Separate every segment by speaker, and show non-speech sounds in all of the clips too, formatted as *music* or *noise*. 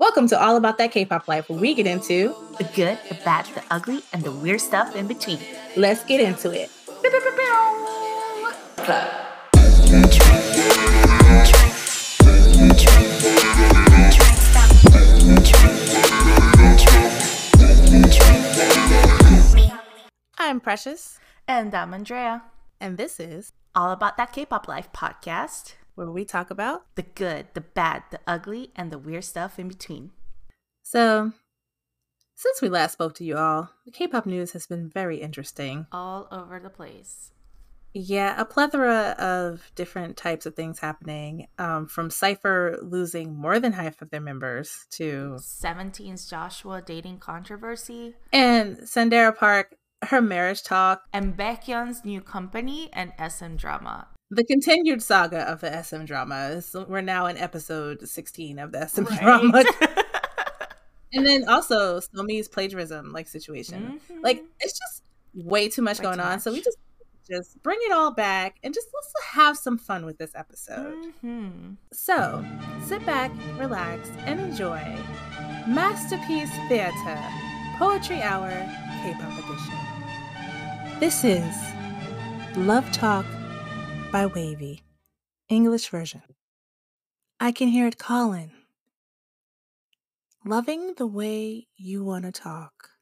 Speaker 1: Welcome to All About That K-Pop Life, where we get into
Speaker 2: the good, the bad, the ugly, and the weird stuff in between.
Speaker 1: Let's get into it.
Speaker 2: Pew, pew, pew, pew.
Speaker 1: I'm Precious,
Speaker 2: And I'm Andrea.
Speaker 1: and this is
Speaker 2: All About That K-Pop Life podcast.
Speaker 1: where we talk about.
Speaker 2: The good, the bad, the ugly, and the weird stuff in between.
Speaker 1: So, since we last spoke to you all, the K-pop news has been very interesting.
Speaker 2: All over the place.
Speaker 1: Yeah, a plethora of different types of things happening, um, from Cypher losing more than half of their members to
Speaker 2: 17's Joshua dating controversy,
Speaker 1: and Sandera Park, her marriage talk,
Speaker 2: and Baekhyun's new company and SM drama.
Speaker 1: the continued saga of the SM drama. is- We're now in episode 16 of the SM *laughs*
Speaker 2: *laughs*
Speaker 1: drama. and then also Somi's plagiarism like situation.
Speaker 2: Mhm.
Speaker 1: Like it's just way too much
Speaker 2: Way
Speaker 1: going
Speaker 2: too
Speaker 1: on. So we
Speaker 2: much.
Speaker 1: just just bring it all back and just let's have some fun with this episode.
Speaker 2: Mhm.
Speaker 1: So, sit back, relax, and enjoy Masterpiece Theater Poetry Hour K pop edition. This is Love Talk by Wavy, English version. I can hear it calling. Loving the way you want to talk.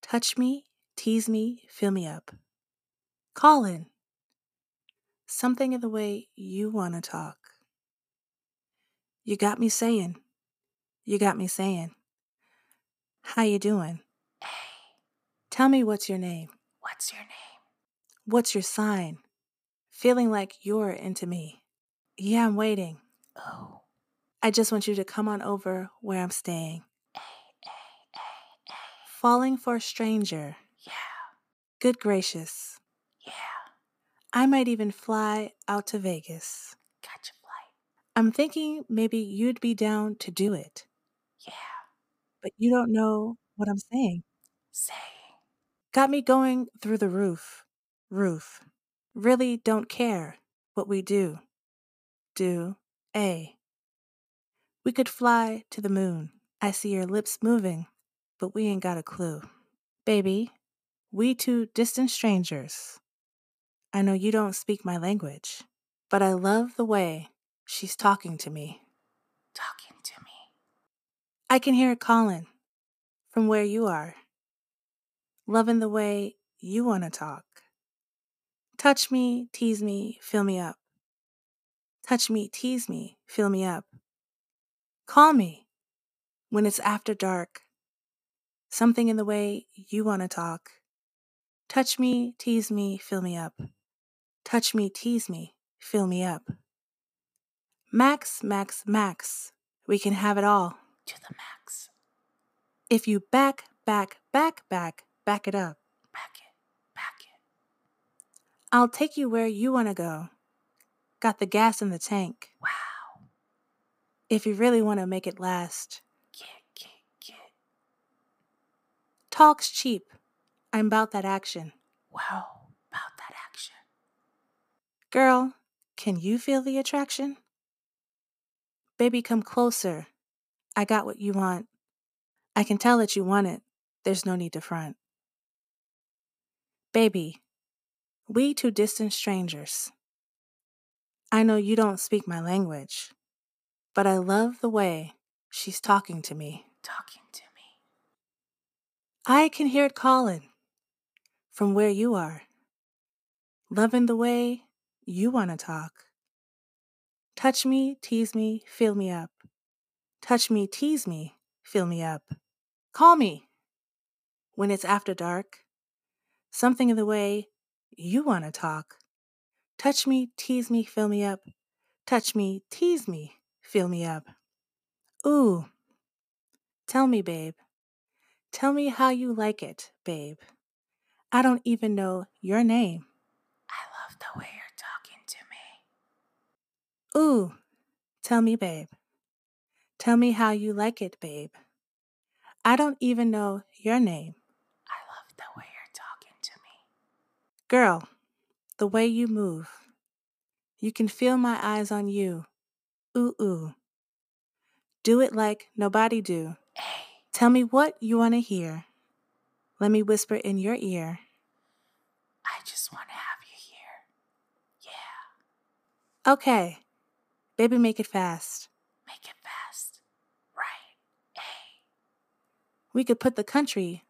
Speaker 1: Touch me, tease me, fill me up. Colin something of the way you want to talk. You got me saying, you got me saying, how you doing?
Speaker 2: Hey,
Speaker 1: Tell me what's your name?
Speaker 2: what's your name?
Speaker 1: What's your sign? Feeling like you're into me. Yeah, I'm waiting.
Speaker 2: Oh,
Speaker 1: I just want you to come on over where I'm staying. Falling for a stranger.
Speaker 2: yeah,
Speaker 1: Good gracious.
Speaker 2: yeah.
Speaker 1: I might even fly out to Vegas.
Speaker 2: Catch a flight.
Speaker 1: I'm thinking maybe you'd be down to do it.
Speaker 2: Yeah,
Speaker 1: but you don't know what I'm saying.
Speaker 2: saying.
Speaker 1: Got me going through the roof. Roof. Really don't care what we do. Do A. We could fly to the moon. I see your lips moving, but we ain't got a clue. Baby, we two distant strangers. I know you don't speak my language, but I love the way she's talking to me.
Speaker 2: talking to me.
Speaker 1: I can hear it calling from where you are. Loving the way you want to talk. Touch me, tease me, fill me up. Touch me, tease me, fill me up. Call me when it's after dark. Something in the way you want to talk. Touch me, tease me, fill me up. Touch me, tease me, fill me up. Max, max, max. We can have it all.
Speaker 2: To the max.
Speaker 1: If you back, back, back, back, back it up,
Speaker 2: Back it. Back it.
Speaker 1: I'll take you where you want to go. Got the gas in the tank.
Speaker 2: Wow.
Speaker 1: If you really want to make it last,
Speaker 2: Get, get, get.
Speaker 1: talk's cheap. I'm about that action.
Speaker 2: Wow. About that action.
Speaker 1: Girl, can you feel the attraction? Baby, come closer. I got what you want. I can tell that you want it. There's no need to front. Baby, we two distant strangers. I know you don't speak my language, but I love the way she's talking to me.
Speaker 2: Talking to me.
Speaker 1: I can hear it calling from where you are. Loving the way you want to talk. Touch me, tease me, fill me up. Touch me, tease me, fill me up. Call me when it's after dark. Something in the way you want to talk. Touch me, tease me, fill me up. Touch me, tease me, fill me up. Ooh, tell me, babe. Tell me how you like it, babe. I don't even know your name.
Speaker 2: I love the way you're talking to me.
Speaker 1: Ooh, tell me, babe. Tell me how you like it, babe. I don't even know your name.
Speaker 2: I love the way you're talking to me.
Speaker 1: Girl, the way you move. You can feel my eyes on you. Ooh, ooh. Do it like nobody do. Tell me what you want to hear. Let me whisper in your ear.
Speaker 2: I just want to have you here. Yeah,
Speaker 1: Okay. Baby, make it fast.
Speaker 2: make it fast. Right. Hey,
Speaker 1: We could put the country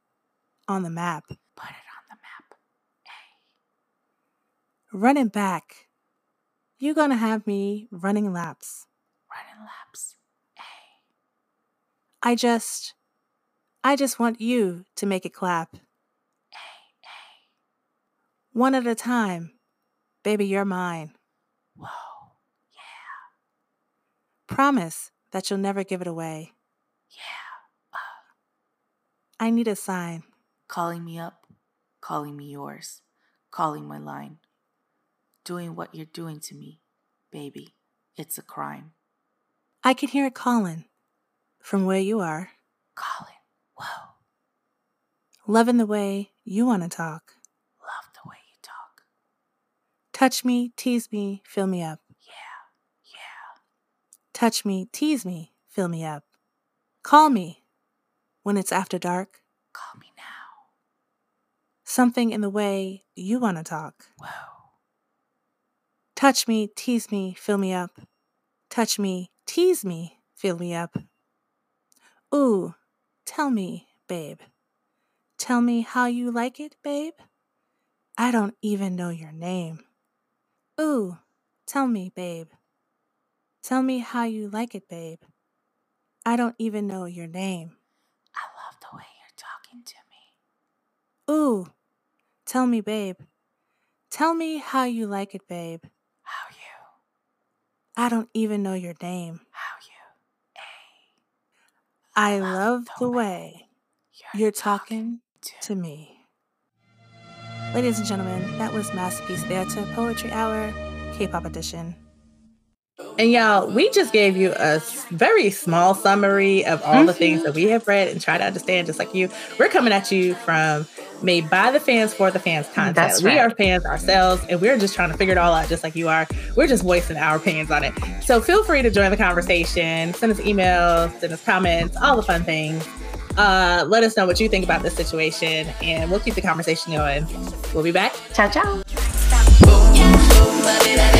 Speaker 1: on the map.
Speaker 2: put it on the map.
Speaker 1: Running back. You're going to have me running laps.
Speaker 2: Running laps. Hey,
Speaker 1: I just. I just want you to make it clap.
Speaker 2: hey, hey.
Speaker 1: One at a time. Baby, you're mine.
Speaker 2: Whoa. Yeah,
Speaker 1: Promise that you'll never give it away.
Speaker 2: yeah.
Speaker 1: I need a sign.
Speaker 2: Calling me up, calling me yours, calling my line. Doing what you're doing to me, baby. It's a crime.
Speaker 1: I can hear it calling from where you are.
Speaker 2: Colin, whoa.
Speaker 1: Loving the way you want to talk.
Speaker 2: Love the way you talk.
Speaker 1: Touch me, tease me, fill me up.
Speaker 2: Yeah, yeah.
Speaker 1: Touch me, tease me, fill me up. Call me when it's after dark.
Speaker 2: Call me now.
Speaker 1: Something in the way you want to talk.
Speaker 2: Whoa.
Speaker 1: Touch me, tease me, fill me up. Touch me, tease me, fill me up. Ooh, tell me, babe. Tell me how you like it, babe. I don't even know your name. Ooh, tell me, babe. Tell me how you like it, babe. I don't even know your name.
Speaker 2: I love the way you're talking to me.
Speaker 1: Ooh, tell me, babe. Tell me how you like it, babe.
Speaker 2: How you?
Speaker 1: I don't even know your name.
Speaker 2: How you? Hey,
Speaker 1: I love the way.
Speaker 2: you're,
Speaker 1: You're talking
Speaker 2: talking
Speaker 1: to me. Ladies and gentlemen, that was Masterpiece Theater Poetry Hour, K pop edition.
Speaker 3: And y'all, we just gave you a s- very small summary of all the things
Speaker 2: Mm-hmm.
Speaker 3: that we have read and try to understand, just like you. We're coming at you from made by the fans for the fans content.
Speaker 2: That's
Speaker 3: We
Speaker 2: right.
Speaker 3: are fans ourselves, and we're just trying to figure it all out, just like you are. We're just voicing our opinions on it. So feel free to join the conversation, send us emails, send us comments, all the fun things. Uh, let us know what you think about this situation, and we'll keep the conversation going. We'll be back
Speaker 2: Ciao, ciao.
Speaker 4: Love it, I